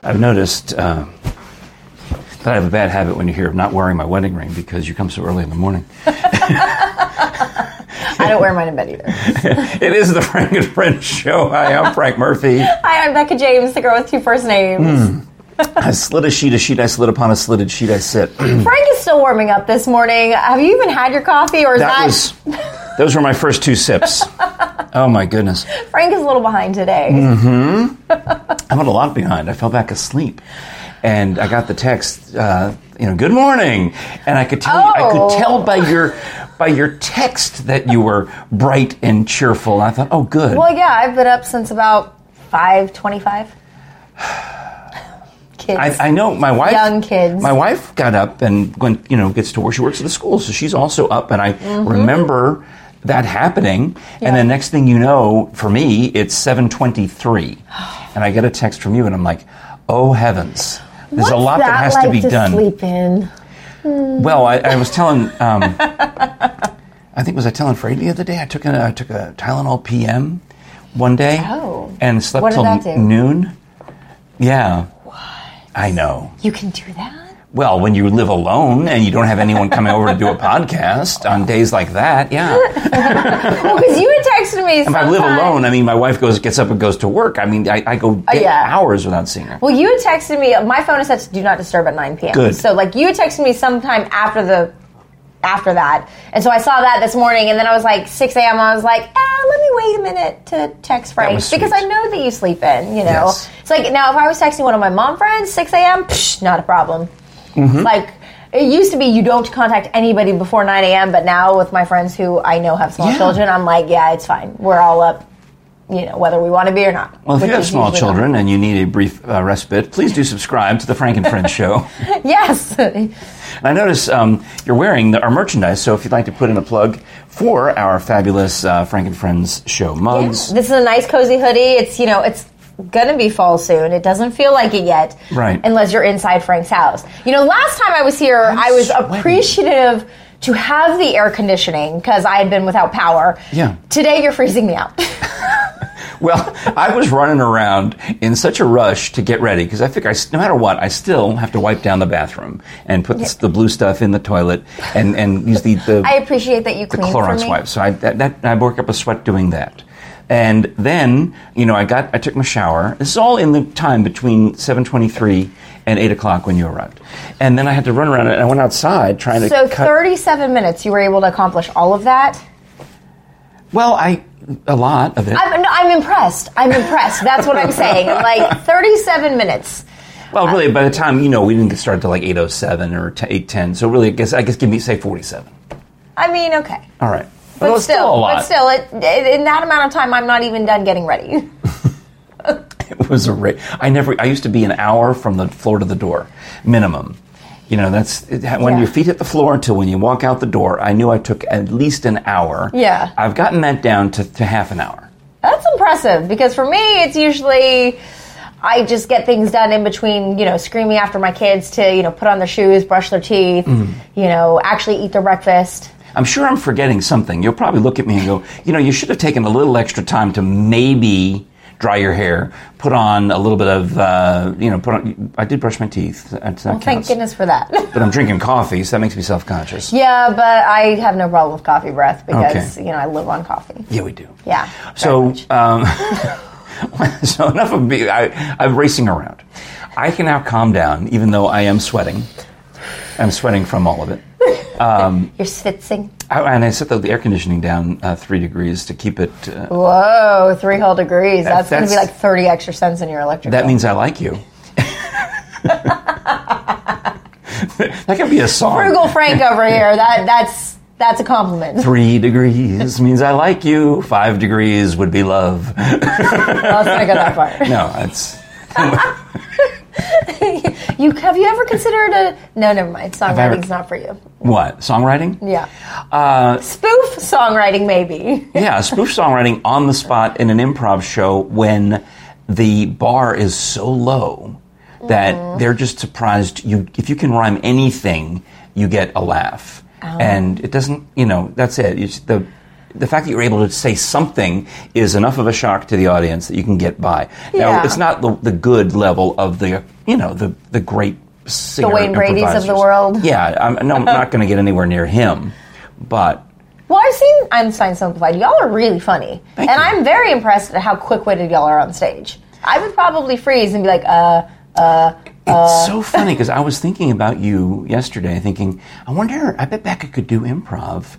I've noticed uh, that I have a bad habit when you're here of not wearing my wedding ring because you come so early in the morning. I don't wear mine in bed either. it is the Frank and Friends show. Hi, I'm Frank Murphy. Hi, I'm Becca James, the girl with two first names. I slid a sheet, a sheet I slid upon, a slitted sheet I sit. Frank is still warming up this morning. Have you even had your coffee, or is That that, was, those were my first two sips. Oh my goodness. Frank is a little behind today? Hmm. I went a lot behind. I fell back asleep. And I got the text, uh, you know, good morning. And I could tell, I Oh. could tell by your, by your text that you were bright and cheerful. And I thought, oh, good. Well, yeah, I've been up since about five twenty-five. Kids, I, I know my wife. Young kids. My wife got up and went, you know, gets to work. She works at the school, so she's also up. And I Mm-hmm. remember that happening. And the next thing you know, for me, it's seven twenty-three, and I get a text from you, and I'm like, oh heavens, there's What's a lot that, that has like to be done. Sleep in. Well, I, I was telling. Um, I think was I telling Freddie the other day. I took a, I took a Tylenol PM one day Oh. and slept What did till that do? noon. Yeah. What? I know. You can do that. Well, when you live alone and you don't have anyone coming over to do a podcast on days like that, yeah. Well, because you had texted me. If I live alone, I mean, my wife goes gets up and goes to work. I mean, I, I go get Oh, yeah. hours without seeing her. Well, you had texted me. My phone is set to do not disturb at 9 p.m. Good. So, like, you had texted me sometime after the after that, and so I saw that this morning, and then I was like 6 a.m. I was like, ah, let me wait a minute to text Frank was sweet. because I know that you sleep in. You know, Yes. it's like now if I was texting one of my mom friends 6 a.m., psh, not a problem. Mm-hmm. Like. It used to be you don't contact anybody before 9 a.m., but now with my friends who I know have small Yeah. children, I'm like, yeah, it's fine. We're all up, you know, whether we want to be or not. Well, if which you have is small usually not. children and you need a brief uh, respite, please do subscribe to the Frank and Friends show. Yes. And I notice um, you're wearing the, our merchandise, so if you'd like to put in a plug for our fabulous uh, Frank and Friends show mugs. This is a nice cozy hoodie. It's you know it's gonna be fall soon. It doesn't feel like it yet, Right. Unless you're inside Frank's house. You know, last time I was here, i was sweating. appreciative to have the air conditioning because I had been without power. Yeah. Today you're freezing me out. Well, I was running around in such a rush to get ready because I figure I, s- no matter what, I still have to wipe down the bathroom and put the, the blue stuff in the toilet and, and use the, the, I appreciate that you the clean for Clorox me. wipe. So I, that, that, I work up a sweat doing that. And then, you know, I got I took my shower. This is all in the time between 7.23 and 8 o'clock when you arrived. And then I had to run around and I went outside trying to So cut... 37 minutes, you were able to accomplish all of that. Well, I a lot of it. I'm, no, I'm impressed. I'm impressed. That's what I'm saying. Like 37 minutes. well, really, by the time you know, we didn't get started till like eight oh seven or eight ten. So really, I guess I guess give me say forty seven. I mean, okay. All right, but, But it was still, still, a lot. but still, it, it, in that amount of time, I'm not even done getting ready. it was a ra- I never. I used to be an hour from the floor to the door, minimum. You know, that's it, when Yeah. your feet hit the floor until when you walk out the door. I knew I took at least an hour. Yeah. I've gotten that down to, to half an hour. That's impressive because for me, it's usually I just get things done in between, you know, screaming after my kids to, you know, put on their shoes, brush their teeth, Mm-hmm. you know, actually eat their breakfast. I'm sure I'm forgetting something. You'll probably look at me and go, you know, you should have taken a little extra time to maybe dry your hair, put on a little bit of, uh, you know, put on. I did brush my teeth. That well, Thank goodness for that. But I'm drinking coffee, so that makes me self conscious. yeah, but I have no problem with coffee breath because, Okay. you know, I live on coffee. Yeah, we do. Yeah. So, um, so enough of me. I, I'm racing around. I can now calm down, even though I am sweating. I'm sweating from all of it. You're schwitzing. I, and I set the, the air conditioning down uh, three degrees to keep it. Uh, Whoa, three whole degrees. That's, going to be that's- like 30 extra cents in your electric That bill. means I like you. that could be a song. Frugal Frank over here. That That's, that's a compliment. Three degrees means I like you. Five degrees would be love. I was going to go that far. No, it's. You have you ever considered a no? Never mind. ever- Songwriting's not for you. What? Songwriting? Yeah, Uh, spoof songwriting maybe. yeah, spoof songwriting on the spot in an improv show when the bar is so low that Mm-hmm. they're just surprised you if you can rhyme Oh. anything, you get a laugh. And it doesn't, you know, that's it. It's the the fact that you're able to say something is enough of a shock to the audience that you can get by. Yeah. Now, it's not the, the good level of the, you know, the, the great singer Wayne Brady's of the improvisers. world. Yeah, I'm, no, I'm not going to get anywhere near him. But Well, I've seen Einstein Simplified. Y'all are really funny. Thank and you. I'm very impressed at how quick witted y'all are on stage. I would probably freeze and be like, uh, It's so funny because I was thinking about you yesterday, thinking, I wonder, I bet Becca could do improv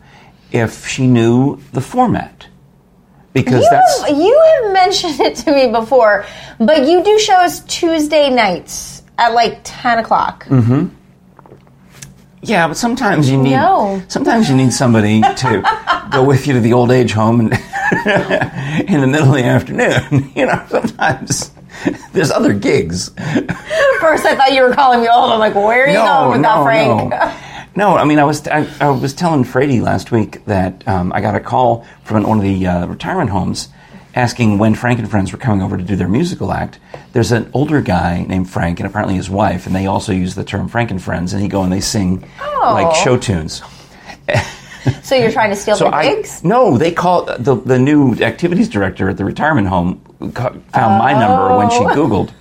if she knew the format. Because you that's. have, you have mentioned it to me before, but you do shows Tuesday nights at like 10 o'clock. Mm. yeah, but sometimes you need. No. Sometimes you need somebody to go with you to the old age home and in the middle of the afternoon. You know, sometimes there's other gigs. At first, I thought you were calling me old. I'm like, where are you going with that, Frank? No. No, I mean, I was I, I was telling Frady last week that um, I got a call from one of the uh, retirement homes asking when Frank and friends were coming over to do their musical act. There's an older guy named Frank and apparently his wife, and they also use the term Frank and friends, and he go and they sing like Oh. show tunes. So you're trying to steal the gigs? no, they call the the new activities director at the retirement home ca- found my number when she Oh. Googled,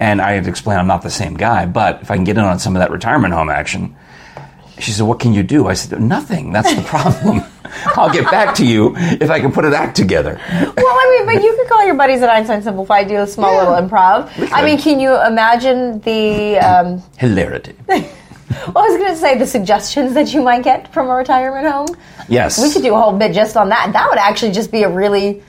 and I had to explain I'm not the same guy, but if I can get in on some of that retirement home action, she said, "What can you do?" I said, "Nothing. That's the problem. I'll get back to you if I can put an act together." well, I mean, but you could call your buddies at Einstein Simplified, do a small Yeah. little improv. I could. mean, can you imagine the, um, Hilarity. well, I was going to say the suggestions that you might get from a retirement home? Yes. We could do a whole bit just on that. That would actually just be a really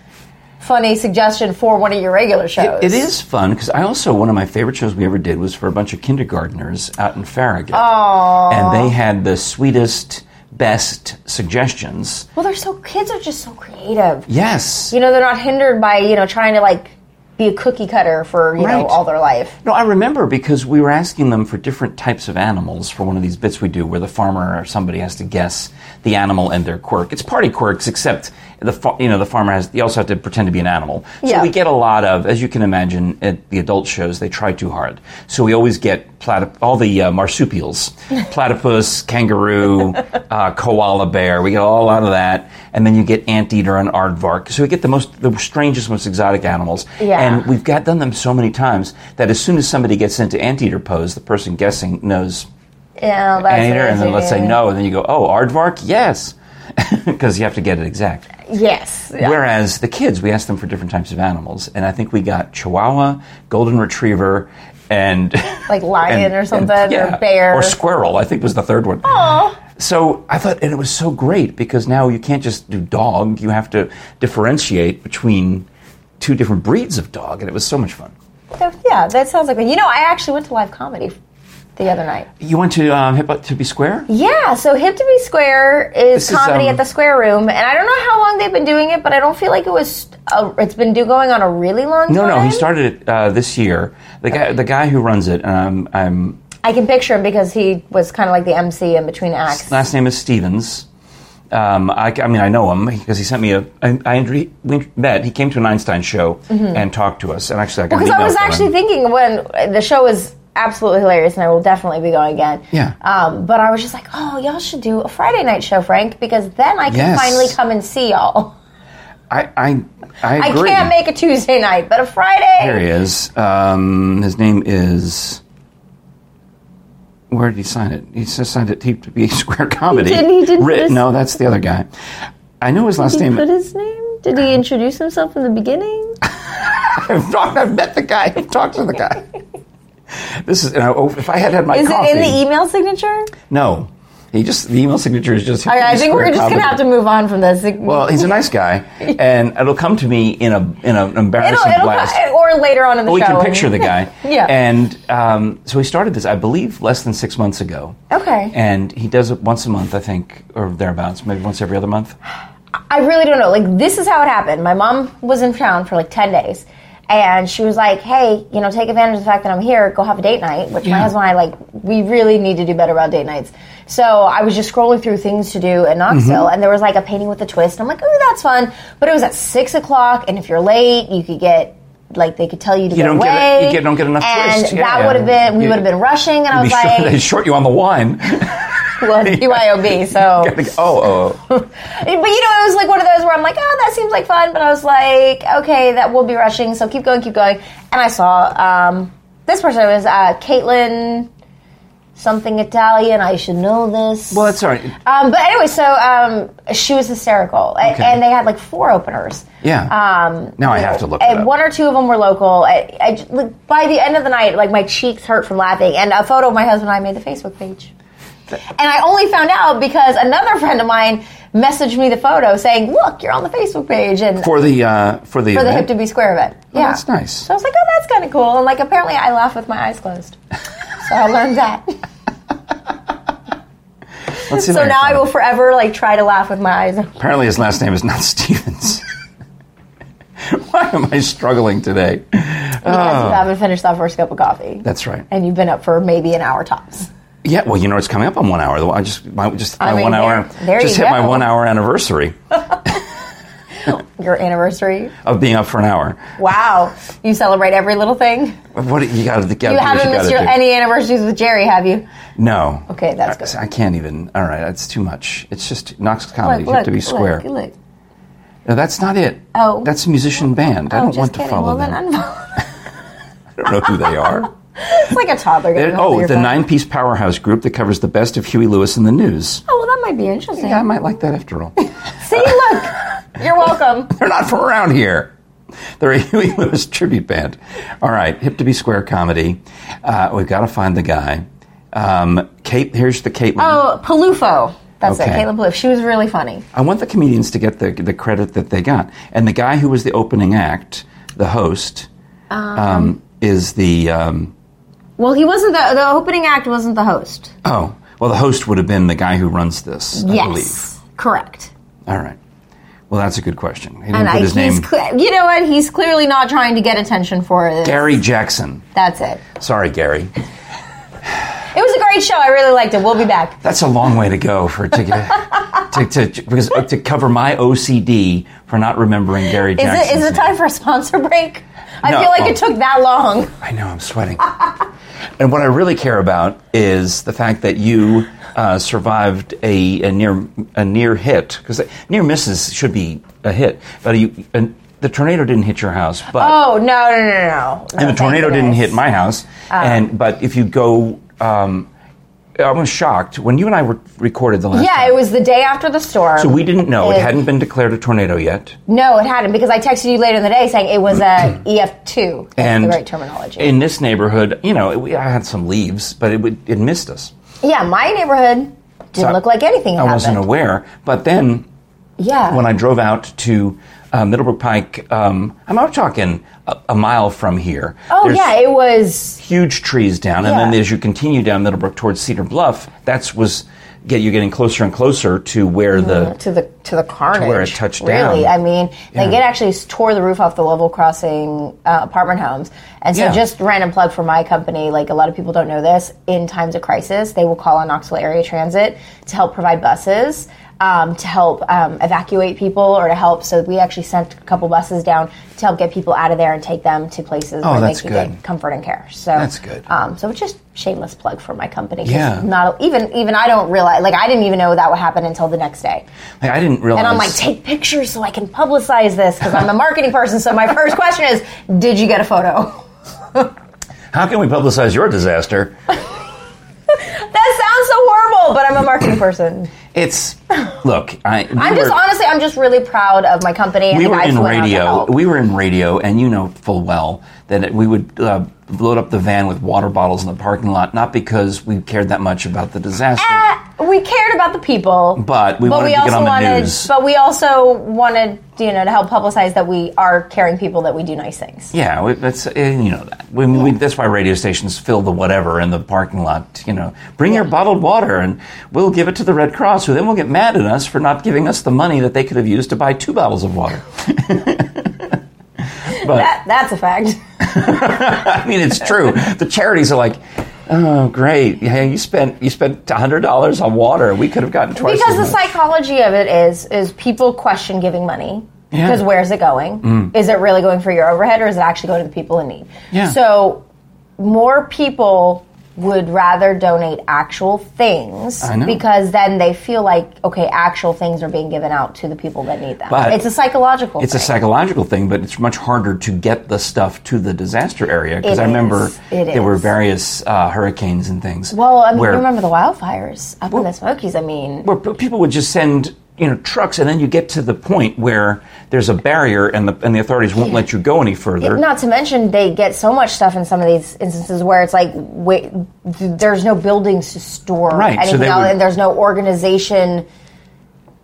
funny suggestion for one of your regular shows. It is fun because I also one of my favorite shows we ever did was for a bunch of kindergartners out in Farragut, and they had the sweetest, best suggestions. Well, they're so kids are just so creative. Yes. You know, they're not hindered by you know trying to like be a cookie cutter for you know Right. all their life. No, I remember because we were asking them for different types of animals for one of these bits we do where the farmer or somebody has to guess the animal and their quirk. It's party quirks, except the fa- you know the farmer has you also have to pretend to be an animal. So Yeah. we get a lot of, as you can imagine, at the adult shows they try too hard. So we always get platyp- all the uh, marsupials, platypus, kangaroo, uh, koala bear. We get all out of that, and then you get anteater and aardvark. So we get the most the strangest, most exotic animals. Yeah. And we've got done them so many times that as soon as somebody gets into anteater pose, the person guessing knows Yeah, that's anteater, and then let's say amazing. no, and then you go, oh, aardvark, yes, because you have to get it exact. Yes, Whereas the kids, we asked them for different types of animals, and I think we got Chihuahua, Golden Retriever, and like lion and- or and- something yeah, or bear. or squirrel. I think was the third one. Aw. So I thought, and it was so great because now you can't just do dog; you have to differentiate between two different breeds of dog, and it was so much fun. So, yeah, that sounds like you know. I actually went to live comedy the other night. You went to um, Hip to be Square? Yeah, so Hip to Be Square is This is, comedy um, at the Square Room, and I don't know how long they've been doing it, but I don't feel like it was. A, it's been do going on a really long No, time. no, he started it uh, this year. The guy, the guy who runs it, um, I'm I can picture him because he was kind of like the MC in between acts. last name is Stevens. Um, I, I mean, I know him because he sent me a. I, I inter- we met. He came to an Einstein show and talked to us. And actually, I got Because an Mm-hmm. I email was from actually him. thinking when uh, the show was absolutely hilarious, and I will definitely be going again. Yeah. Um, but I was just like, oh, y'all should do a Friday night show, Frank, because then I can Yes. finally come and see y'all. I, I, I I agree. can't make a Tuesday night, but a Friday. There he is. Um, his name is. Where did he sign it? He just signed it to be Square Comedy. didn't- he didn't Writ- just- no, that's the other guy. I know his last Did he name. put his name? Did he introduce himself in the beginning? I've, talked, I've met the guy. I've talked to the guy. This is. And I, oh, if I had had my Is coffee. it in the email signature? No. He just the email signature is just. I, I think we're just going to have to move on from this. Well, he's a nice guy, and it'll come to me in a in a, an it'll, embarrassing it'll, blast. or later on in the Oh, we show. can picture the guy. Yeah. And um, so he started this, I believe, less than six months ago. Okay. And he does it once a month, I think, or thereabouts, maybe once every other month. I really don't know. Like this is how it happened. My mom was in town for like ten days, and she was like, "Hey, you know, take advantage of the fact that I'm here. Go have a date night." Which my Yeah. husband and I like. We really need to do better about date nights. So I was just scrolling through things to do in Knoxville, Mm-hmm. and there was like a painting with a twist. I'm like, "Oh, that's fun," but it was at six o'clock, and if you're late, you could get. Like they could tell you to get don't get it- away. you get- don't get enough and twist. that Yeah. would have been we You- would have been rushing, and I Be was sure like, they short you on the wine. well, it's BYOB, so. Gotta go- oh, oh, oh. But you know, it was like one of those where I'm like, oh, that seems like fun, but I was like, okay, that will be rushing, so keep going, keep going. And I saw um, this person it was uh, Caitlin something Italian. I should know this. Well, that's all right. Um, but anyway, so um, she was hysterical, A- Okay. and they had like four openers. Yeah. Um, now I have to look it and up. one or two of them were local. I, I j- like, by the end of the night, like my cheeks hurt from laughing. And a photo of my husband and I made the Facebook page. And I only found out because another friend of mine messaged me the photo saying, "Look, you're on the Facebook page." And for the uh, for the for the event? hip to be square event. yeah, that's nice. So I was like, oh, that's kind of cool. And like, apparently, I laugh with my eyes closed. so I learned that. Let's see if So can now I find will it. forever like try to laugh with my eyes. open. Apparently, his last name is not Stevens. Why am I struggling today? Oh. Because you haven't finished that first cup of coffee, That's right. and you've been up for maybe an hour tops. Yeah, well, you know, it's coming up on one hour. I just my just my mean, one there- hour there just you hit my go. one hour anniversary Your anniversary. of being up for an hour. Wow, you celebrate every little thing. What do- you got to get? You haven't missed your, any anniversaries with Jerry, have you? No. Okay, that's good. I, I can't even. All right, that's too much. It's just Knox comedy. Look, you have look, to be square. Look, look. No, that's not it. Oh. That's musician band. I Oh, don't just want to kidding. follow well, then them. unfollow. I don't know who they are. it's like a toddler. They're- getting a hold of oh, your the phone. nine-piece powerhouse group that covers the best of Huey Lewis and the news. Oh, well, that might be interesting. Yeah, I might like that after all. See, look, you're welcome. They're not from around here. They're a Huey Lewis tribute band. All right, hip to be square comedy. Uh, we've got to find the guy. Um, Kate, here's the Caitlin. Oh, Palufo. That's Okay. it, Caitlin Palufo. She was really funny. I want the comedians to get the, the credit that they got. And the guy who was the opening act, the host, um, is the. Um, Well, he wasn't the, the opening act wasn't the host. oh, well, the host would have been the guy who runs this, I believe. yes, correct. All right. Well, that's a good question. He didn't And put I, his he's name. cle- you know what? He's clearly not trying to get attention for it. Gary Jackson. That's it. Sorry, Gary. It was a great show. I really liked it. We'll be back. That's a long way to go for to get to, to, to because to cover my OCD for not remembering Gary Is Jackson. it is it time for a sponsor break? I No. Oh. feel like it took that long. I know I'm sweating. and what I really care about is the fact that you uh, survived a, a near a near hit because near misses should be a hit, but you and the tornado didn't hit your house, but Oh no no no no! and the tornado didn't hit my house. Oh. and but if you go, um, I was shocked when you and I were recorded the last. Yeah, time, it was the day after the storm. So we didn't know. It And- hadn't been declared a tornado yet. No, it hadn't because I texted you later in the day saying it was a EF two. That's And the right terminology. In this neighborhood, you know, it, we, I had some leaves, but it, would, it missed us. yeah, my neighborhood didn't So I- look like anything. I wasn't aware. But then Yeah. when I drove out to uh, Middlebrook Pike, um, I'm out talking a, a mile from here. oh There's yeah, it was. Huge trees down, and then Yeah. as you continue down Middlebrook towards Cedar Bluff, that's was get you getting closer and closer to where the to the to the carnage where it touched Really, down. I mean, like Yeah. it actually tore the roof off the level crossing uh, apartment homes. And so, Yeah. just random plug for my company. Like a lot of people don't know this. In times of crisis, they will call on Knoxville Area Transit to help provide buses. Um, to help um, evacuate people or to help, so we actually sent a couple buses down to help get people out of there and take them to places where Oh, that's they could good. get comfort and care. So That's good. Um, so it's just shameless plug for my company. 'cause Yeah. Not even even I don't realize like I didn't even know that would happen until the next day. like, I didn't realize. And I'm like, take pictures so I can publicize this because I'm a marketing person. So my first question is, did you get a photo? how can we publicize your disaster? That sounds so horrible, but I'm a marketing person. It's look, I we I'm just were- honestly, I'm just really proud of my company. And we the were guys in who went out to radio. help. We were in radio, and you know full well that it- we would uh, load up the van with water bottles in the parking lot, not because we cared that much about the disaster. Ah, we cared about the people, But we wanted to get also on the wanted, news. but we also wanted, you know, to help publicize that we are caring people, that we do nice things. Yeah, we, that's uh, you know that. We, we, that's why radio stations fill the whatever in the parking lot. You know, bring your bottled water, and we'll give it to the Red Cross, who then will get mad at us for not giving us the money that they could have used to buy two bottles of water. but That, that's a fact. I mean, it's true. The charities are like, oh, great. Yeah, you spent you spent hundred dollars on water. We could have gotten twice. because the as much. psychology of it is is people question giving money Yeah. Mm. because where's it going is it really going for your overhead or is it actually going to the people in need Yeah. so more people would rather donate actual things I know. because then they feel like okay, actual things are being given out to the people that need them. But it's a psychological. It's a thing. psychological thing, but it's much harder to get the stuff to the disaster area because It I remember is. It there were is. various uh, hurricanes and things. Well, I mean, where, you remember the wildfires up in the Smokies? I mean, where people would just send you know trucks, and then you get to the point where there's a barrier, and the and the authorities won't let you go any further. not to mention they get so much stuff in some of these instances where it's like wait, th- there's no buildings to store Right, so anything they else, would- and there's no organization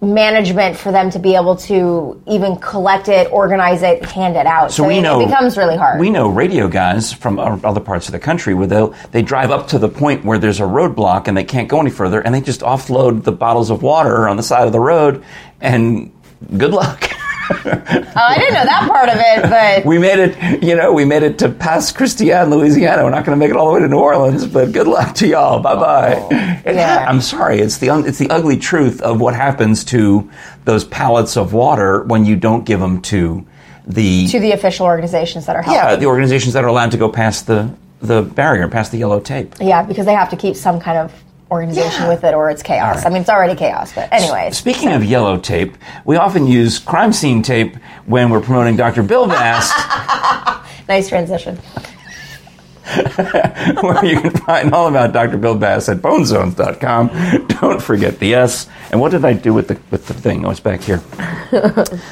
management for them to be able to even collect it, organize it, hand it out. So we it, know it becomes really hard. Uh, We know radio guys from o- other parts of the country where they they drive up to the point where there's a roadblock and they can't go any further, and they just offload the bottles of water on the side of the road, and good luck. Oh, I didn't know that part of it, but We made it, you know, we made it to Pass Christian, Louisiana. We're not going to make it all the way to New Orleans, but good luck to y'all. Bye bye. Oh. yeah. I'm sorry. It's the un- it's the ugly truth of what happens to those pallets of water when you don't give them to the to the official organizations that are helping. yeah the organizations that are allowed to go past the the barrier, past the yellow tape. Yeah, because they have to keep some kind of organization Yeah. with it or it's chaos. right. I mean, it's already chaos, but anyways. Speaking of yellow tape, we often use crime scene tape when we're promoting Dr. Bill Bast. nice transition. where you can find all about Dr. Bill Bass at bonezones.com. Don't forget the S. And what did I do with the with the thing? Oh, it's back here.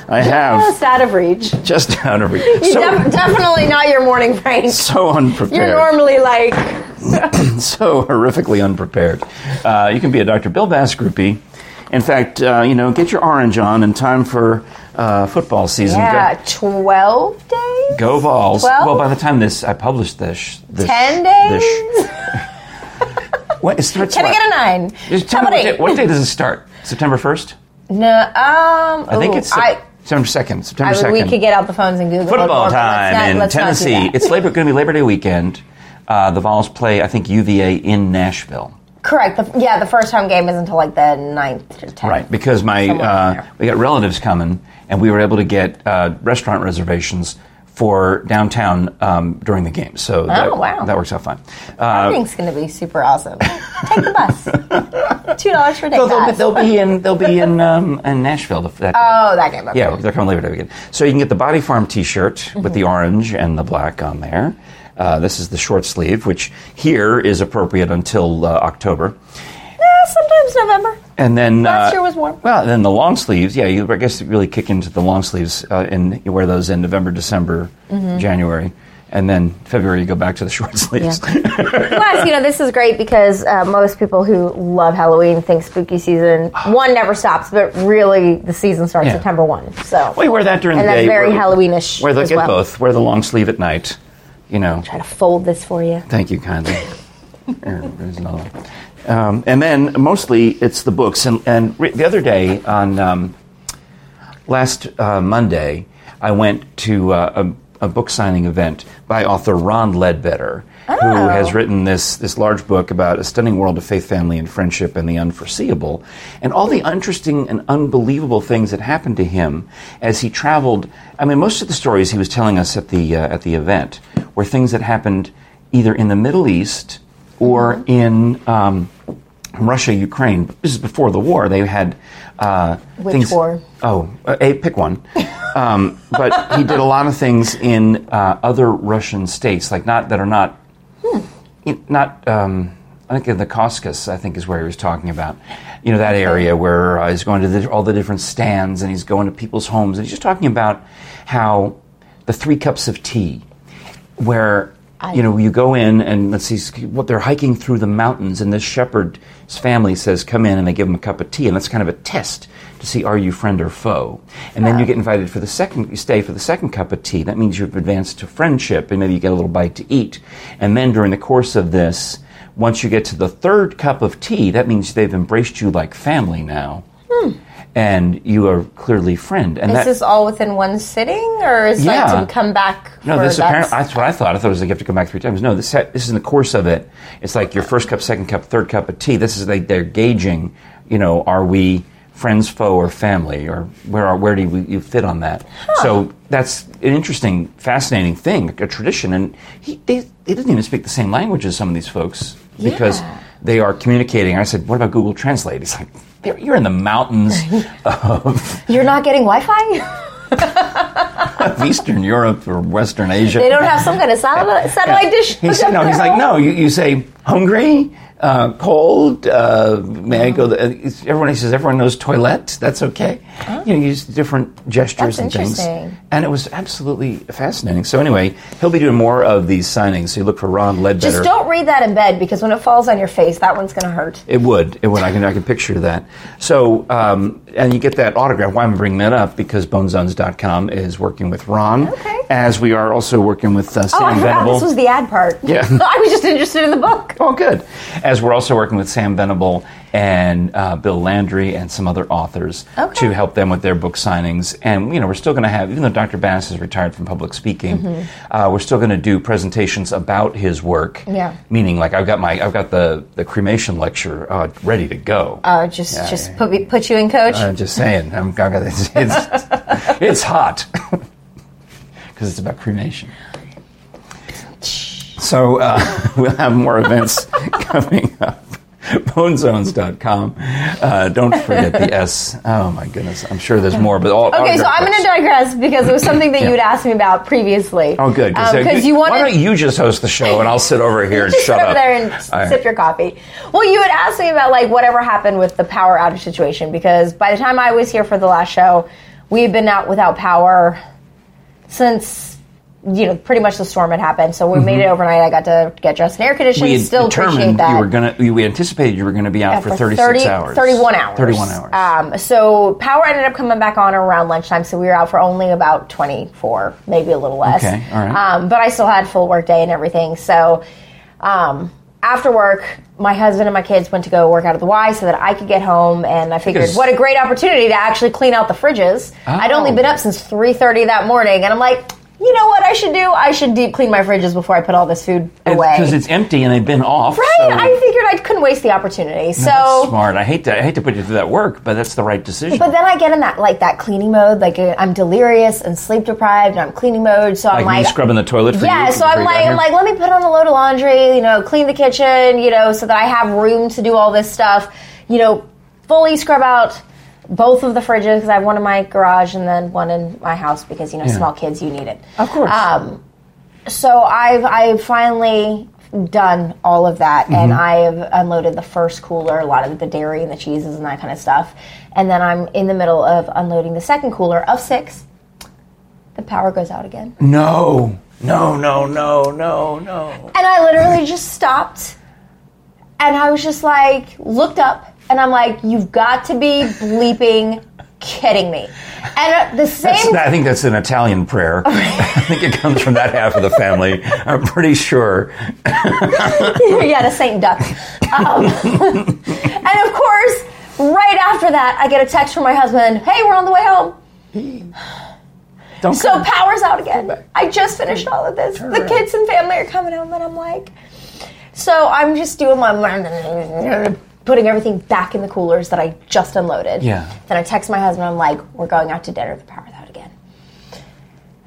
I have Just out of reach. just out of reach. You So, def- definitely not your morning prank. so You're unprepared. normally like, So horrifically unprepared. Uh, you can be a Dr. Bill Bass groupie. In fact, uh, you know, get your orange on in time for uh, football season. yeah, 12 days? Go, go balls. Twelve? Well, by the time this I publish this, this 10 days? this- what, it starts Can I what? get a nine? Just tell me How what about day, eight? what day does it start? September 1st? No, um, I think it's I, September 2nd. September I mean, 2nd. we could get out the phones and Google it Football more, but time let's not- in let's not do Tennessee. that. It's labor going to be Labor Day weekend. Uh, the Vols play, I think, UVA in Nashville. Correct. The, yeah, the first home game is until like the 9th or 10th. Right, because my Somewhere in uh, there. we got relatives coming, and we were able to get uh, restaurant reservations for downtown um, during the game. So that, Oh, wow. that works out fine. Uh, Everything's going to be super awesome. Take the bus. Two dollars for a day so they'll, be, pass. they'll be in they'll be in um, in Nashville. That day. oh, that game. Okay. Yeah, they're coming Labor Day weekend. So you can get the Body Farm T-shirt with Mm-hmm. the orange and the black on there. Uh, this is the short sleeve, which here is appropriate until uh, October, Eh, sometimes November. and then Last uh, year was warm. Well, then the long sleeves. Yeah, you I guess you really kick into the long sleeves, uh, and you wear those in November, December, Mm-hmm. January, and then February you go back to the short sleeves. Plus, you know, this is great because uh, most people who love Halloween think spooky season one never stops, but really the season starts Yeah. September one. So well, you wear that during and the that's day. very wear- Halloweenish. Wear the as get well. both. Wear the long sleeve at night. You know. Try to fold this for you. Thank you kindly. There, there's another one. Um, and then mostly it's the books. And, and re- the other day on um, last uh, Monday, I went to uh, a, a book signing event by author Ron Ledbetter, who Oh. has written this this large book about a stunning world of faith, family, and friendship, and the unforeseeable, and all the interesting and unbelievable things that happened to him as he traveled. I mean, most of the stories he was telling us at the uh, at the event were things that happened either in the Middle East or in um, Russia, Ukraine. This is before the war. They had uh, Which things- war? Oh, uh, eh, pick one. Um, but he did a lot of things in uh, other Russian states, like not that are not, you- not. Um, I think in the Caucasus, I think is where he was talking about. You know that area where uh, he's going to the, all the different stands and he's going to people's homes and he's just talking about how the three cups of tea, where. You know, you go in and let's see what they're hiking through the mountains, and this shepherd's family says, "Come in," and they give them a cup of tea, and that's kind of a test to see are you friend or foe. And then you get invited for the second, you stay for the second cup of tea. That means you've advanced to friendship, and maybe you get a little bite to eat. And then during the course of this, once you get to the third cup of tea, that means they've embraced you like family now, and you are clearly friend. And Is that, Hmm. this all within one sitting, or is Yeah. like to come back? No, for this that's- apparently, that's what I thought. I thought it was like you have to come back three times. No, this, ha- this is in the course of it. It's like your first cup, second cup, third cup of tea. This is like they're gauging, you know, are we friends, foe, or family, or where are, where do you, you fit on that? So that's an interesting, fascinating thing, a tradition. And he, they, he doesn't even speak the same language as some of these folks. because Yeah. they are communicating. I said, "What about Google Translate?" He's like, "You're- "You're in the mountains of, You're not getting Wi-Fi. of Eastern Europe or Western Asia." they don't have some kind of satellite, satellite dish. He said, "No." He's like, "No." You, you say hungry, uh, cold. Uh, may I go? The, uh, it's- everyone he says everyone knows toilet. That's okay. You know, you use different gestures That's and things. interesting. And it was absolutely fascinating. So anyway, he'll be doing more of these signings. So you look for Ron Ledbetter. Just don't read that in bed because when it falls on your face, that one's going to hurt. It would. It would. I can. I can picture that. So, um, and you get that autograph. Why am I bringing that up? Because Bonezones.com is working with Ron, Okay. as we are also working with uh, Sam Oh, I forgot Venable. this was the ad part. Yeah. I was just interested in the book. Oh, good. As we're also working with Sam Venable and uh, Bill Landry and some other authors Okay. to help them with their book signings. And, you know, we're still going to have, even though Dr. Bass is retired from public speaking, Mm-hmm. uh, we're still going to do presentations about his work. Yeah. Meaning, like, I've got my, I've got the, the cremation lecture uh, ready to go. Uh, just just put me put you in, coach. I'm just saying. I'm, I'm gonna, it's, it's, it's hot because it's about cremation. So uh, we'll have more events coming up. Bonezones.com. Uh, don't forget the S. Oh my goodness, I'm sure there's more, but all. okay, so I'm going to digress because it was something that you had asked me about previously. Oh, good. Because um, you Why wanted don't you just host the show and I'll sit over here and Just shut sit over up. there and All right. sip your coffee. Well, you had asked me about like whatever happened with the power outage situation because by the time I was here for the last show, we had been out without power since you know pretty much the storm had happened. So we made it overnight. I got to get dressed in air conditioning. Mm-hmm. we had Still appreciate determined that you were gonna. We anticipated you were going to be out for 36 30 hours. 31 hours. 31 hours. Um, so power ended up coming back on around lunchtime, so we were out for only about 24, maybe a little less. Okay, all right. Um, but I still had full work day and everything. So um, after work, my husband and my kids went to go work out of the Y so that I could get home, and I figured, Because- Oh. what a great opportunity to actually clean out the fridges. I'd only been up since 3.30 that morning, and I'm like, you know what I should do? I should deep clean my fridges before I put all this food away. because it's empty and they've been off. Right, so- I figured I couldn't waste the opportunity. so That's smart. I hate to I hate to put you through that work, but that's the right decision. But then I get in that like that cleaning mode, like uh, I'm delirious and sleep deprived, and I'm cleaning mode. So I'm like, me like, scrubbing the toilet for you. yeah. So I'm before like, you got I'm like, here. let me put on a load of laundry, you know, clean the kitchen, you know, so that I have room to do all this stuff, you know, fully scrub out both of the fridges because I have one in my garage and then one in my house because you know, Yeah. small kids, you need it. of course. um, So I've I've finally done all of that, and I have unloaded the first cooler, a lot of the dairy and the cheeses and that kind of stuff, and then I'm in the middle of unloading the second cooler of six. The power goes out again, Mm. and no, no, no, no, no, no. I literally just stopped, and I was just like looked up, and I'm like, "You've got to be bleeping kidding me!" And uh, the That's- same I think that's an Italian prayer. I think it comes from that half of the family. I'm pretty sure. yeah, to Saint Duck. Um, and of course, right after that, I get a text from my husband. Hey, we're on the way home. Don't So come. power's out again. I just finished all of this. The around. kids and family are coming home, and I'm like, so I'm just doing my putting everything back in the coolers that I just unloaded. Yeah. Then I text my husband. I'm like, we're going out to dinner. The power's out again.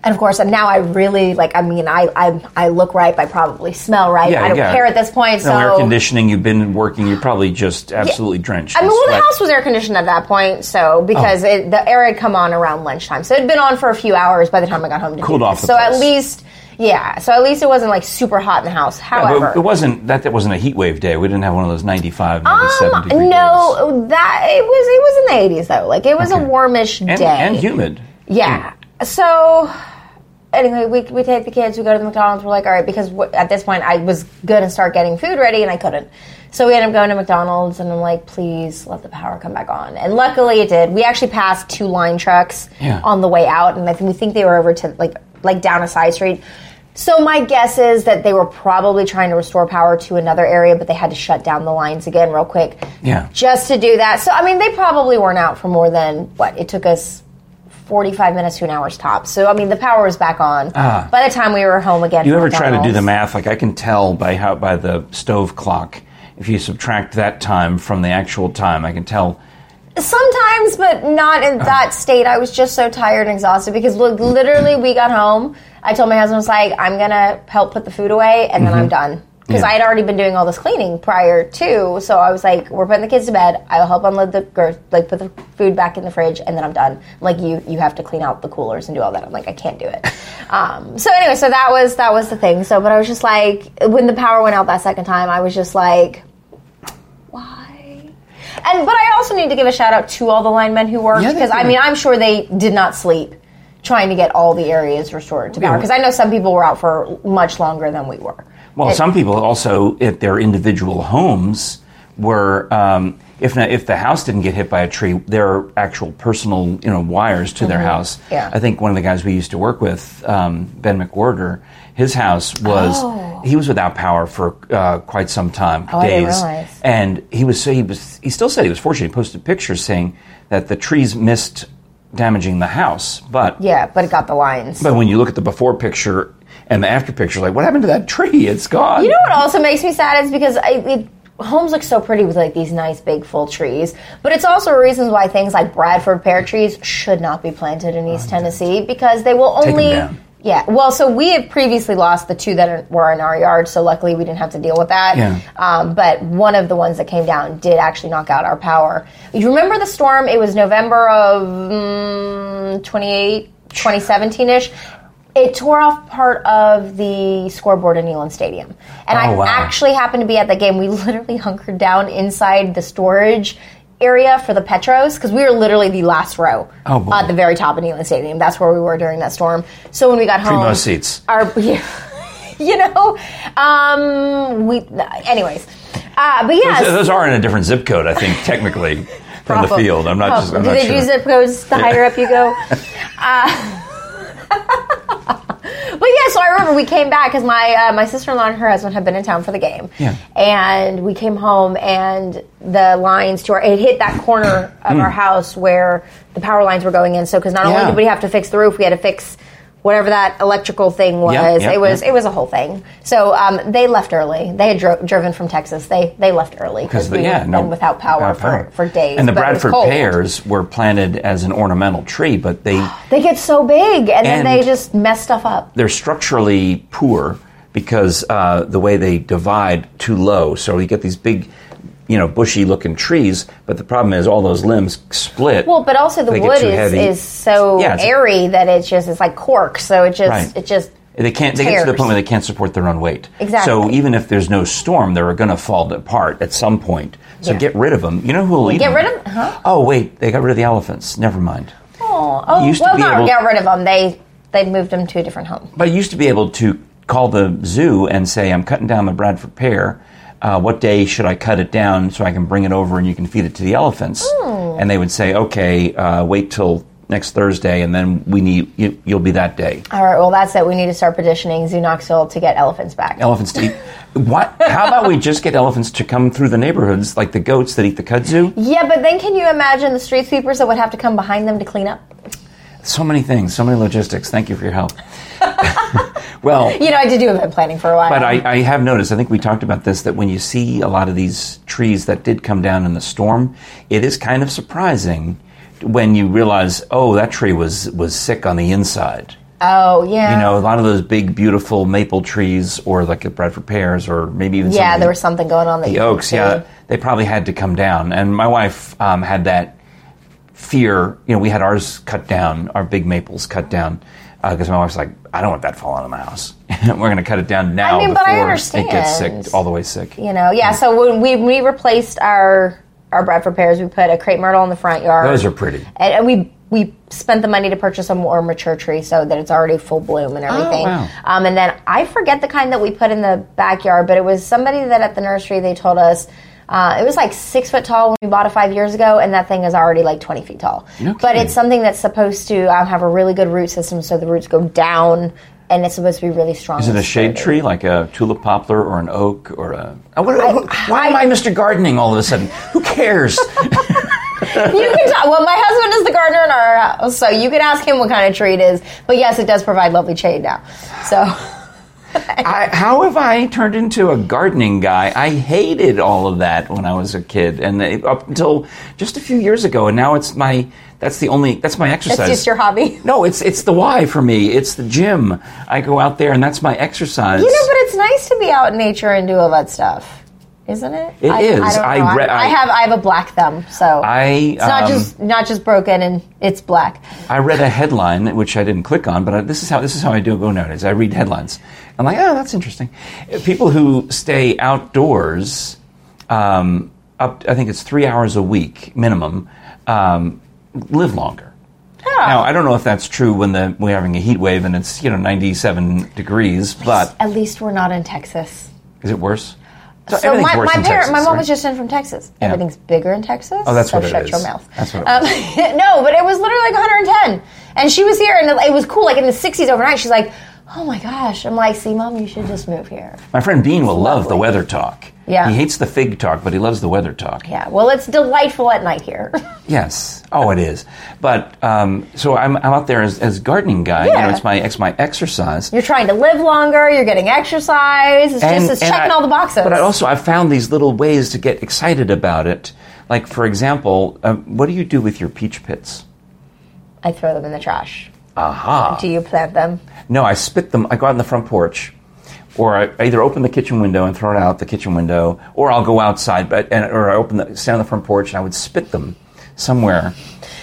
And of course, and now I really like. I mean, I I, I look ripe. I probably smell right. Yeah, I don't yeah. care at this point. no so air conditioning. You've been working. You're probably just absolutely drenched. I mean, in well, the sweat. house was air conditioned at that point, so Oh. because it, the air had come on around lunchtime, so it had been on for a few hours by the time I got home. To Cooled do off this. the so at place. least, yeah. So at least it wasn't like super hot in the house. Yeah, However, but it wasn't that. That wasn't a heat wave day. We didn't have one of those 95, 97 um, degree days. no, that it was it was in the eighties though. Like it was a warmish And, day and humid. Yeah. Hmm. So anyway, we, we take the kids, we go to the McDonald's, we're like, all right, because w- at this point I was going to start getting food ready and I couldn't. So we end up going to McDonald's and I'm like, please let the power come back on. And luckily it did. We actually passed two line trucks Yeah. on the way out and I think we think they were over to like like down a side street. So my guess is that they were probably trying to restore power to another area, but they had to shut down the lines again real quick Yeah. just to do that. So I mean, they probably weren't out for more than what it took us. 45 minutes to an hour's top. So, I mean, the power was back on by the time we were home again. Ah. you ever try to do the math? Like I can tell by how by the stove clock. If you subtract that time from the actual time, I can tell. Sometimes, but not Ah. in that state. I was just so tired and exhausted because look, literally we got home. I told my husband, I was like, I'm going to help put the food away and then I'm done. because Mm-hmm. Yeah. I had already been doing all this cleaning prior to. So I was like, we're putting the kids to bed. I'll help unload the or, like put the food back in the fridge, and then I'm done. Like you, you have to clean out the coolers and do all that. I'm like, I can't do it. Um, so anyway, so that was that was the thing. So, but I was just like, when the power went out that second time, I was just like, why? And but I also need to give a shout out to all the linemen who worked Yeah, they because I did. mean I'm sure they did not sleep trying to get all the areas restored to power Yeah. because I know some people were out for much longer than we were. Well, It- some people also at their individual homes were, um, if not, if the house didn't get hit by a tree, their actual personal you know wires to their house. Mm-hmm. Yeah. I think one of the guys we used to work with, um, Ben McWhorter, his house was he was without power for uh, quite some time, Oh. I didn't days, realize. and he was so he was he still said he was fortunate. He posted pictures saying that the trees missed damaging the house, but Yeah, but it got the lines. But when you look at the before picture and the after picture, like what happened to that tree? It's gone. you know what also makes me sad is because I, it, homes look so pretty with like these nice big full trees, but it's also a reason why things like Bradford pear trees should not be planted in Oh, East Tennessee because they will them only. down. Yeah, well, so we had previously lost the two that are- were in our yard, so luckily we didn't have to deal with that. Yeah. Um, but one of the ones that came down did actually knock out our power. You remember the storm? It was November of mm, 28, 2017 ish. It tore off part of the scoreboard in Neyland Stadium. And I Oh, wow. actually happened to be at the game. We literally hunkered down inside the storage area for the Petros because we were literally the last row Oh, boy. at the very top of Neyland Stadium. That's where we were during that storm. So when we got home, Primo seats. our yeah, you know, um, we anyways, uh, but yes, Those, those are in a different zip code, I think, technically, from the Probably. field. I'm not just. I'm do not they sure. do zip codes the higher up you go? Uh, but yeah, so I remember we came back because my uh, my sister in law and her husband had been in town for the game, Yeah. and we came home and the lines to our it hit that corner of our house where the power lines were going in. So because not only Hmm. Yeah. did we have to fix the roof, we had to fix. Whatever that electrical thing was, Yeah, yeah, it was yeah. it was a whole thing. So um, they left early. They had dro- driven from Texas. They they left early because we had been without power, without power. For, for days. And the but it was Bradford cold. pears were planted as an ornamental tree, but they They get so big, and, And- then they just mess stuff up. they're structurally poor because uh, the way they divide too low. So you get these big, you know, bushy looking trees, but the problem is all those limbs split. Well, but also the They get wood too is, heavy. is so Yeah, it's- airy that it's just it's like cork. So it just Right. it just They can't. They get to the Tears. point where they can't support their own weight. Exactly. So even if there's no storm, they're going to fall apart at some point. So Yeah. get rid of them. You know who will eat get them? rid of- huh? Oh wait, they got rid of the elephants. Never mind. oh, oh Used to well be not able- get rid of them. They they moved them to a different home. But I used to be able to call the zoo and say, "I'm cutting down the Bradford pear. Uh, what day should I cut it down so I can bring it over and you can feed it to the elephants?" Oh. And they would say, "Okay, uh, wait till next Thursday, and then we need you, you'll be that day." All right, well that's it. We need to start petitioning Zoo Knoxville to get elephants back. elephants to eat. What? How about we just get elephants to come through the neighborhoods, like the goats that eat the kudzu? yeah, but then can you imagine the street sweepers that would have to come behind them to clean up? So many things, so many logistics. Thank you for your help. well, You know, I did do event planning for a while. but I, I have noticed. I think we talked about this that when you see a lot of these trees that did come down in the storm, it is kind of surprising when you realize, oh, that tree was was sick on the inside. oh yeah, You know, a lot of those big, beautiful maple trees, or like the Bradford pears, or maybe even some yeah, of there the- was something going on. That the you oaks could yeah see. they probably had to come down and my wife um, had that fear you know we had ours cut down our big maples cut down because my wife's like i don't want that falling on my house we're going to cut it down now mean, but I before understand. it gets sick all the way sick you know yeah so when we, we replaced our our Bradford pears we put a crepe myrtle in the front yard those are pretty and, and we we spent the money to purchase a more mature tree so that it's already full bloom and everything Oh, wow. um, and then i forget the kind that we put in the backyard but it was somebody that at the nursery they told us uh, it was like six foot tall when we bought it five years ago, and that thing is already like 20 feet tall. No but kidding. it's something that's supposed to um, have a really good root system, so the roots go down, and it's supposed to be really strong. is it a shade tree like a tulip poplar or an oak or a Oh, what- why am i mr gardening all of a sudden who cares You can talk. Well, my husband is the gardener in our house, so you can ask him what kind of tree it is. But yes, it does provide lovely shade now. So I, how have I turned into a gardening guy? I hated all of that when I was a kid, and it- up until just a few years ago, and now it's my that's the only that's my exercise. it's just your hobby. no, it's it's the why for me. It's the gym. I go out there, and that's my exercise. You know, but it's nice to be out in nature and do all that stuff, isn't it? It It is. is. I, don't I know. I, re- I- I have. I have a black thumb, so I it's not um, just not just broken and it's black. I read a headline which I didn't click on, but I, this is how this is how I do go nowadays. I read headlines. I'm like, oh, that's interesting. Uh, People who stay outdoors, um, up I think it's three hours a week minimum, um, live longer. Now I don't know if that's true when the we're having a heat wave and it's you know 97 degrees, but At least we're not in Texas. is it worse? So everything's my, worse my in parent, Texas, my mom right? was just in from Texas. Everything's bigger in Texas. Oh, that's so what it shut is. your mouth. That's what it Um, no, but it was literally like 110, and she was here, and it was cool. Like in the 60s overnight, she's like, "Oh my gosh!" I'm like, "See, mom, you should just move here." My friend Bean will love the weather talk. Yeah. He hates the fig talk, but he loves the weather talk. Yeah. Well, it's delightful at night here. Yes. Oh, it is. But um, so I'm, I'm out there as, as gardening guy. You Yeah. know, it's my it's my exercise. You're trying to live longer. You're getting exercise. It's And- just it's and checking I- all the boxes. But I also I've found these little ways to get excited about it. Like for example, um, what do you do with your peach pits? I throw them in the trash. Aha. Do you plant them? No, I spit them. I go out on the front porch, or I, I either open the kitchen window and throw it out the kitchen window, or I'll go outside, but and, or I open the stand on the front porch and I would spit them somewhere.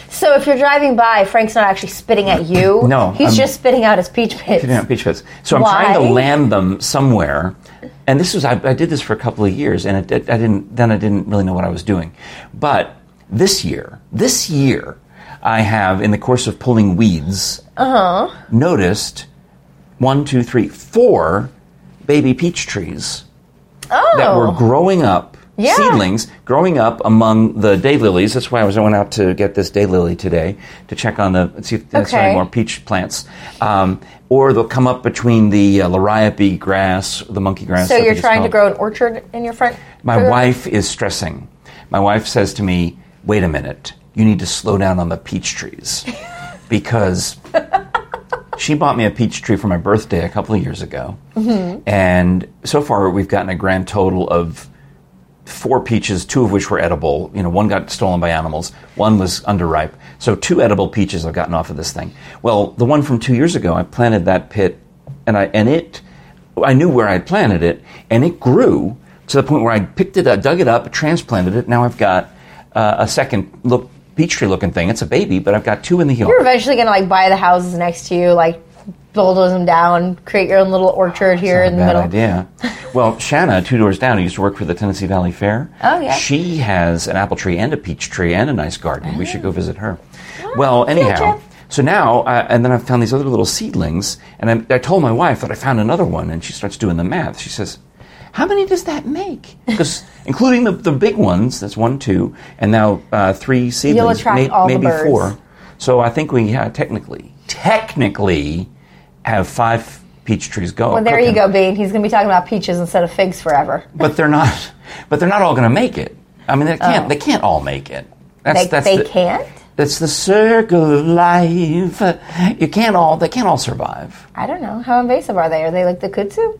So if you're driving by, Frank's not actually spitting at you. No, He's I'm- just spitting out his peach pits. Yeah, peach fuzz. So I'm Why? trying to land them somewhere, and this was I, I did this for a couple of years, and it, it- I didn't. Then I didn't really know what I was doing, but this year, this year, I have in the course of pulling weeds, Uh-huh. noticed one, two, three, four baby peach trees that were growing up. Oh. Yeah. Seedlings growing up among the daylilies. That's why I was I went out to get this daylily today to check on the see if there's Okay. any more peach plants. Um, or they'll come up between the uh, liriope grass, the monkey grass. So I think you're it's trying to called. grow an orchard in your front? My front- wife is stressing. My wife says to me, "Wait a minute, you need to slow down on the peach trees," because she bought me a peach tree for my birthday a couple of years ago, and so far we've gotten a grand total of four peaches, two of which were edible. You know, one got stolen by animals, one was underripe. So two edible peaches I've gotten off of this thing. Well, the one from two years ago, I planted that pit, and I and it, I knew where I had planted it, and it grew to the point where I picked it up, dug it up, transplanted it. Now I've got uh, a second look peach tree looking thing. It's a baby, but I've got two in the yard. You're eventually going to like buy the houses next to you, like bulldoze them down, create your own little orchard here in the Bad middle. idea. Well, Shanna, two doors down, who used to work for the Tennessee Valley Fair. Oh, yeah. She has an apple tree and a peach tree and a nice garden. We Oh. should go visit her. well, anyhow. Jeff. So now, uh, and then I found these other little seedlings, and I, I told my wife that I found another one, and she starts doing the math. She says, "How many does that make?" Because including the, the big ones, that's one, two, and now uh, three seedlings, attract may- all the maybe birds. four. So I think we yeah, technically, technically, have five peach trees go. Well, there you cooking go, Bean. He's going to be talking about peaches instead of figs forever. but they're not but they're not all going to make it i mean they can't they can't all make it that's Oh. They, that's they the, can't? that's the circle of life you can't all they can't all survive I don't know. How invasive are they? Are they like the kudzu?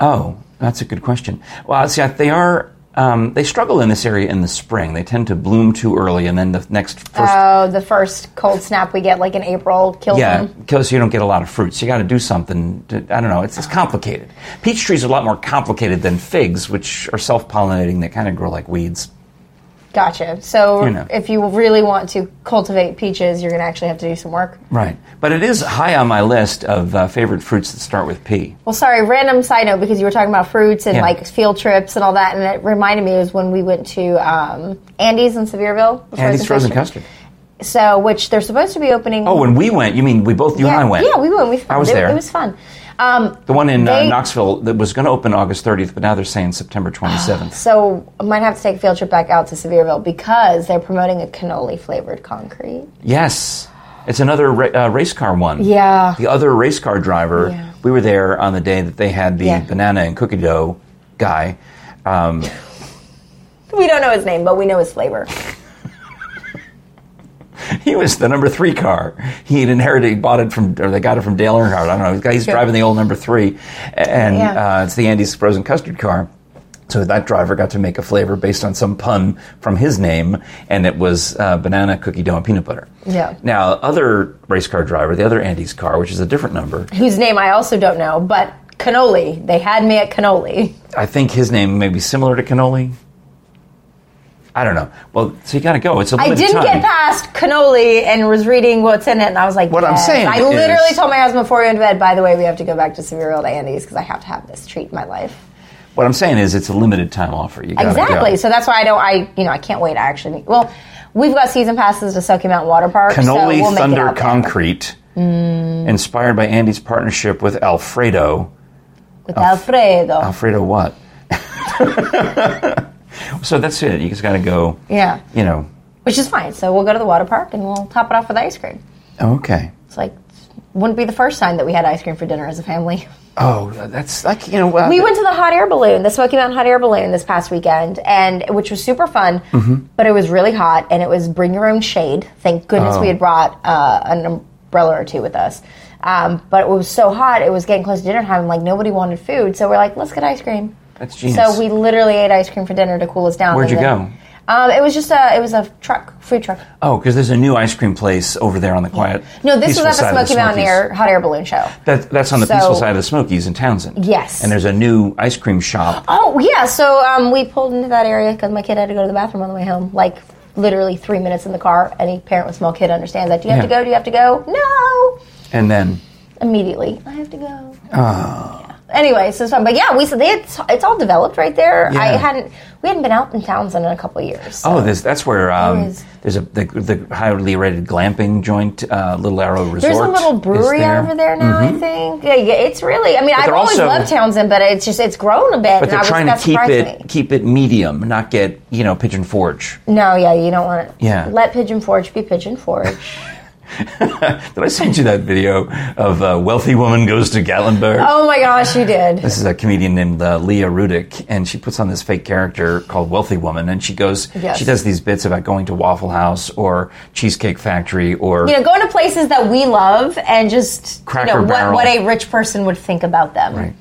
oh that's a good question well see I- they are um, they struggle in this area in the spring they tend to bloom too early and then the next first Oh, the first cold snap we get, like in April, kills yeah them. because you don't get a lot of fruits you got to do something to, i don't know it's, it's complicated peach trees are a lot more complicated than figs which are self-pollinating they kind of grow like weeds Gotcha. So You know. if you really want to cultivate peaches, you're going to actually have to do some work. Right. But it is high on my list of uh, favorite fruits that start with P. Well, sorry, random side note because you were talking about fruits and Yeah. like field trips and all that, and it reminded me was when we went to um, Andy's in Sevierville. the And it's frozen fish- custard. So, which they're supposed to be opening. Oh, when we went, you mean we both, you yeah, and I went. Yeah, we went. We, I was it, there. It was fun. Um, The one in uh, They- Knoxville that was going to open August 30th, but now they're saying September 27th. so I might have to take a field trip back out to Sevierville because they're promoting a cannoli flavored concrete. yes. It's another ra- uh, race car one. Yeah. The other race car driver, Yeah. we were there on the day that they had the Yeah. banana and cookie dough guy. Um, We don't know his name, but we know his flavor. he was the number three car. He had inherited, he bought it from, or they got it from Dale Earnhardt. I don't know. He's driving the old number three, and Yeah. uh, it's the Andy's frozen custard car. So that driver got to make a flavor based on some pun from his name, and it was uh, banana, cookie dough, and peanut butter. Yeah. Now, other race car driver, the other Andy's car, which is a different number, whose name I also don't know, but cannoli. They had me at cannoli. I think his name may be similar to Cannoli. I don't know. Well, so you got to go. It's a I limited didn't time. get past cannoli and was reading what's in it, and I was like, What I'm yes. saying I literally is- told my husband before we went to bed. By the way, we have to go back to Severe Old Andy's because I have to have this treat in my life. What I'm saying is, it's a limited time offer. You gotta Exactly. Go. So that's why I don't. I you know I can't wait. I actually need, well, we've got season passes to Soaky Mountain Water Park. so Cannoli we'll make it Thunder out there Concrete, inspired by Andy's partnership with Alfredo. with Alfredo. Alfredo what? so that's it. You just got to go. yeah, You know. which is fine. So we'll go to the water park and we'll top it off with ice cream. Oh, okay. It's like wouldn't be the first time that we had ice cream for dinner as a family. Oh, that's like you know. Well, We went to the hot air balloon, the Smoky Mountain hot air balloon this past weekend, and which was super fun. Mm-hmm. But it was really hot, and it was bring your own shade. Thank goodness Oh. we had brought uh, an umbrella or two with us. Um, but it was so hot, it was getting close to dinner time, and like nobody wanted food, so we're like, let's get ice cream. That's genius. So we literally ate ice cream for dinner to cool us down. Where'd And you then- go? Um, it was just a it was a truck, food truck. Oh, because there's a new ice cream place over there on the quiet. No, this was peaceful at side the of Smoky Mountain Smokies. air, hot air balloon show. That, that's on the So- peaceful side of the Smokies in Townsend. Yes. And there's a new ice cream shop. Oh yeah, so um, we pulled into that area because my kid had to go to the bathroom on the way home. Like literally three minutes in the car. Any parent with small kid understands that. Do you have to Yeah. go? Do you have to go? No. And then, Immediately, I have to go. Oh. Anyway, so it's fun. But yeah, we said they had, it's all developed right there. I Yeah. hadn't we hadn't been out in Townsend in a couple of years. oh, there's, that's where um, Always. there's a the, the highly rated glamping joint, uh, Little Arrow Resort. There's a is little Mm-hmm. brewery over there now, I think. Yeah, yeah, it's really. I mean, I've they're always also- loved Townsend, but it's just it's grown a bit. But they're and trying to I was, keep that surprised it Me. keep it medium, not get you know pigeon forge. No, yeah, you don't want it. Yeah. Let Pigeon Forge be Pigeon Forge. Did I send you that video of a wealthy woman goes to Gatlinburg? oh my gosh, you did. This is a comedian named uh, Leah Rudick, and she puts on this fake character called Wealthy Woman, and she goes, Yes. she does these bits about going to Waffle House or Cheesecake Factory or you know, going to places that we love and just Cracker you know, Barrel. What, what a rich person would think about them.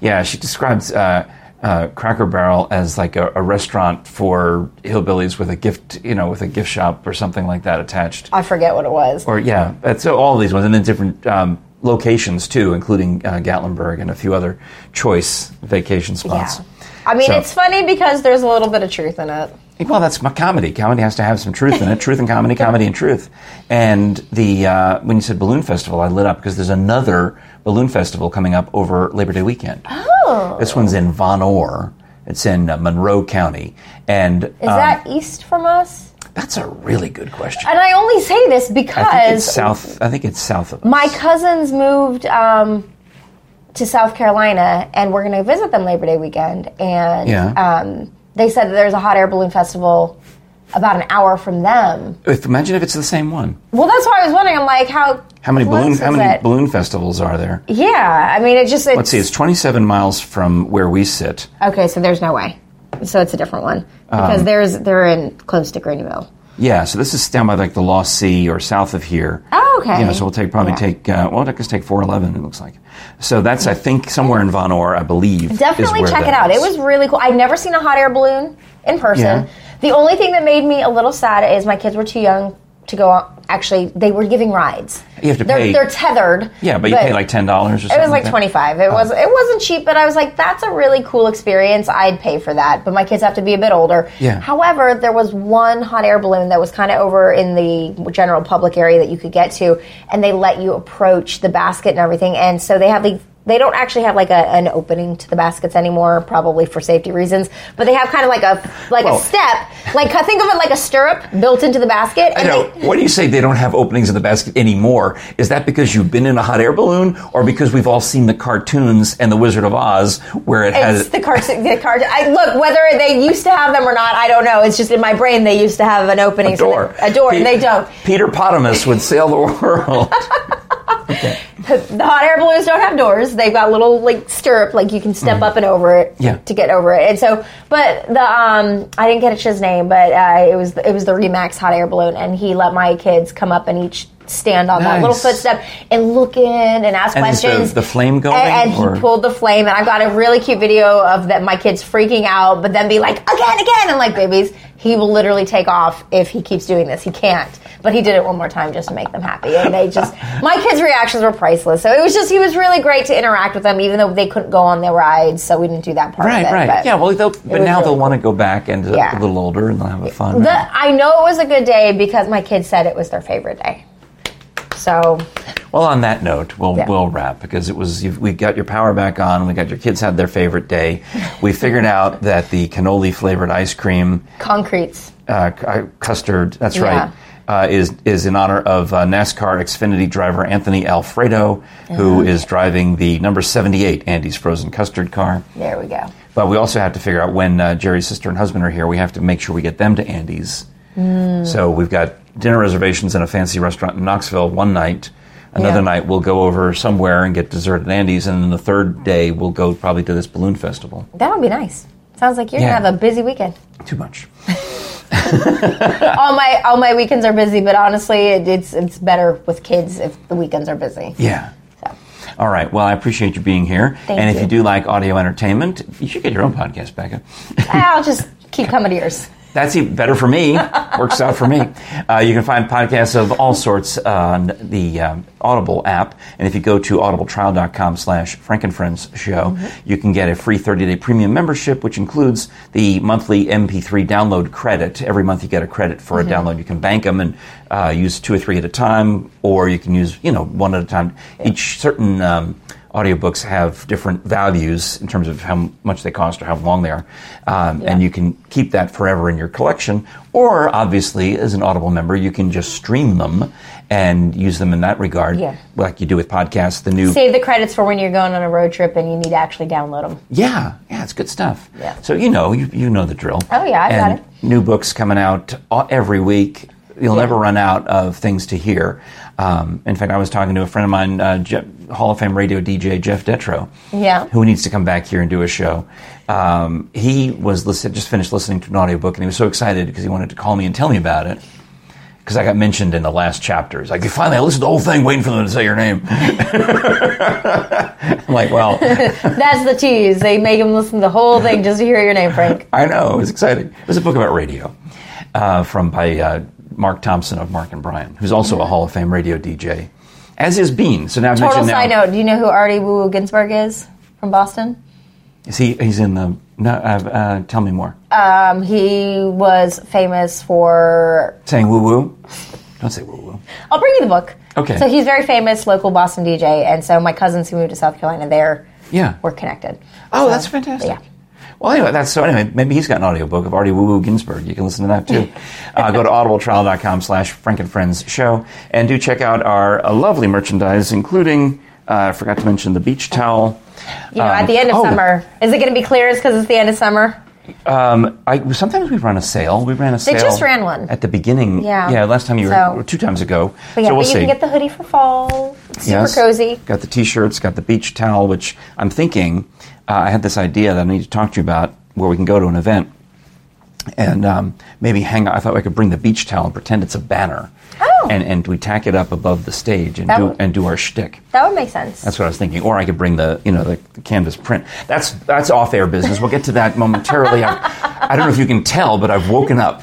Yeah, she describes uh, uh, Cracker Barrel as like a, a restaurant for hillbillies with a gift, you know, with a gift shop or something like that attached. I forget what it was. Or yeah, that's so all these ones, and then different um, locations too, including uh, Gatlinburg and a few other choice vacation yeah. spots. I mean, So- it's funny because there's a little bit of truth in it. Well, that's my comedy. Comedy has to have some truth in it. Truth and comedy, comedy and truth. And the uh, when you said balloon festival, I lit up because there's another balloon festival coming up over Labor Day weekend. Oh, this one's in Von Orr. It's in uh, Monroe County, and um, Is that east from us? that's a really good question. And I only say this I think it's because south. I think it's south of. my cousins moved um, to South Carolina, and we're going to visit them Labor Day weekend. And Yeah. um, they said that there's a hot air balloon festival about an hour from them. If, imagine if it's the same one. Well, that's why I was wondering. I'm like, how How many close balloon? How is many it? balloon festivals are there? Yeah, I mean, it just it's, Let's see. It's 27 miles from where we sit. Okay, so there's no way. So it's a different one Um, because there's they're in close to Greenville. Yeah, so this is down by like the Lost Sea or south of here. Oh, okay. You know, so we'll take probably Yeah. take uh, well, it us take four eleven. It looks like. So that's I think somewhere in Von Or, I believe. is Definitely where check it that out. It is. was really cool. I'd never seen a hot air balloon in person. Yeah. The only thing that made me a little sad is my kids were too young to go. On. Actually, they were giving rides. You have to they're, pay- They're tethered. Yeah, but you pay like ten dollars or something. It was like that. twenty five. Oh. It was it wasn't cheap, but I was like, that's a really cool experience. I'd pay for that. But my kids have to be a bit older. Yeah. However, there was one hot air balloon that was kind of over in the general public area that you could get to, and they let you approach the basket and everything. And so they have the they don't actually have like a, an opening to the baskets anymore, probably for safety reasons. But they have kind of like a like Well- a step, like think of it like a stirrup built into the basket. I And know. they, What do you say they don't have openings in the basket anymore? Is that because you've been in a hot air balloon, or because we've all seen the cartoons and The Wizard of Oz where it It's has? the cartoon. The cartoon. I, look, whether they used to have them or not, I don't know. It's just in my brain they used to have an opening, a door. So they, a door, and Pe- they don't. Peter Potamus would sail the world. The hot air balloons don't have doors. They've got little like stirrup, like you can step up and over it Mm. Yeah. to get over it. And so, but the um, I didn't get his name, but uh, it was it was the Remax hot air balloon, and he let my kids come up and each stand on that Nice. little footstep and look in and ask And is the- questions. the flame going, And, and or- he pulled the flame, and I've got a really cute video of that my kids freaking out, but then be like, again, again, and like babies, he will literally take off if he keeps doing this. He can't, but he did it one more time just to make them happy, and they just my kids' reactions were priceless. So it was just he was really great to interact with them, even though they couldn't go on their rides, so we didn't do that part. Right, of it, right. but- yeah, well, they'll, but was now they'll really want to go back and uh, a Yeah. little older and they'll have a fun. The, I know it was a good day because my kids said it was their favorite day. So well, on that note, we'll Yeah. we'll wrap because it was you've, we got your power back on. We got your kids had their favorite day. We figured out that the cannoli flavored ice cream concretes. uh, c- uh, custard. That's Yeah. right. Uh, is is in honor of uh, NASCAR Xfinity driver Anthony Alfredo, who is driving the number seventy eight Andy's frozen custard car. There we go. But we also have to figure out when uh, Jerry's sister and husband are here. We have to make sure we get them to Andy's. So we've got dinner reservations in a fancy restaurant in Knoxville one night. Another Yeah. night we'll go over somewhere and get dessert at Andy's, and then the third day we'll go probably to this balloon festival. That'll be nice. Sounds like you're Yeah. gonna have a busy weekend. Too much. all my all my weekends are busy, but honestly, it, it's it's better with kids if the weekends are busy. Yeah. So. All right. Well, I appreciate you being here. Thank and if you. you. do like audio entertainment, you should get your own podcast, Becca. I'll just keep coming to yours. That's even better for me. Works out for me. Uh, you can find podcasts of all sorts on the um, Audible app. And if you go to audibletrial.com slash frankenfriends show, you can get a free 30-day premium membership, which includes the monthly MP3 download credit. Every month you get a credit for a download. You can bank them and uh, use two or three at a time, or you can use, you know, one at a time. Each certain... Um, audiobooks have different values in terms of how m- much they cost or how long they are. Um, And you can keep that forever in your collection. Or, obviously, as an Audible member, you can just stream them and use them in that regard, Yeah. like you do with podcasts, the new. Save the credits for when you're going on a road trip and you need to actually download them. Yeah, yeah, it's good stuff. Yeah. So, you know, you, you know the drill. Oh, yeah, I've got and it. New books coming out a- every week. You'll Yeah. never run out of things to hear. Um, in fact, I was talking to a friend of mine, uh, Je- Hall of Fame radio DJ Jeff Detro, Yeah. who needs to come back here and do a show. Um, he was listen- just finished listening to an audiobook, and he was so excited because he wanted to call me and tell me about it. Because I got mentioned in the last chapter. He's like, finally, I listened to the whole thing waiting for them to say your name. I'm like, well, That's the tease. They make them listen to the whole thing just to hear your name, Frank. I know. It was exciting. It was a book about radio uh, from by uh, Mark Thompson of Mark and Brian, who's also a Hall of Fame radio DJ, as is Bean. So now I've Mm-hmm. Total mentioned now. side note: Do you know who Artie Woo Woo Ginsburg is from Boston? Is he, he's in the. No, uh, uh, tell me more. Um, he was famous for Saying woo woo? Don't say woo woo. I'll bring you the book. Okay. So he's very famous local Boston DJ, and so my cousins who moved to South Carolina there Yeah. were connected. Oh, that's So, fantastic. Yeah. Well, anyway, that's so. Anyway, maybe he's got an audiobook of Artie Woo Woo Ginsburg. You can listen to that too. uh, go to audibletrial.com slash Frank and Friends show and do check out our uh, lovely merchandise, including, uh, I forgot to mention the beach towel. You know, at the end of oh. summer, is it going to be clearance because it's the end of summer? I, sometimes we run a sale. We ran a sale. just ran one. At the beginning. Yeah. Yeah, last time you were, So- or two times ago. But yeah, so we'll but you see. can get the hoodie for fall. It's Super Yes. cozy. Got the t-shirts, got the beach towel, which I'm thinking. Uh, I had this idea that I need to talk to you about where we can go to an event and um, maybe hang. out. I thought I could bring the beach towel and pretend it's a banner. Oh. And and we tack it up above the stage and That do would- and do our shtick. That would make sense. That's what I was thinking. Or I could bring the you know the, the canvas print. That's that's off air business. We'll get to that momentarily. I, I don't know if you can tell, but I've woken up.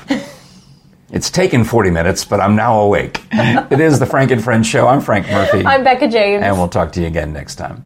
It's taken 40 minutes, but I'm now awake. It is the Frank and Friends show. I'm Frank Murphy I'm Becca James. and we'll talk to you again next time.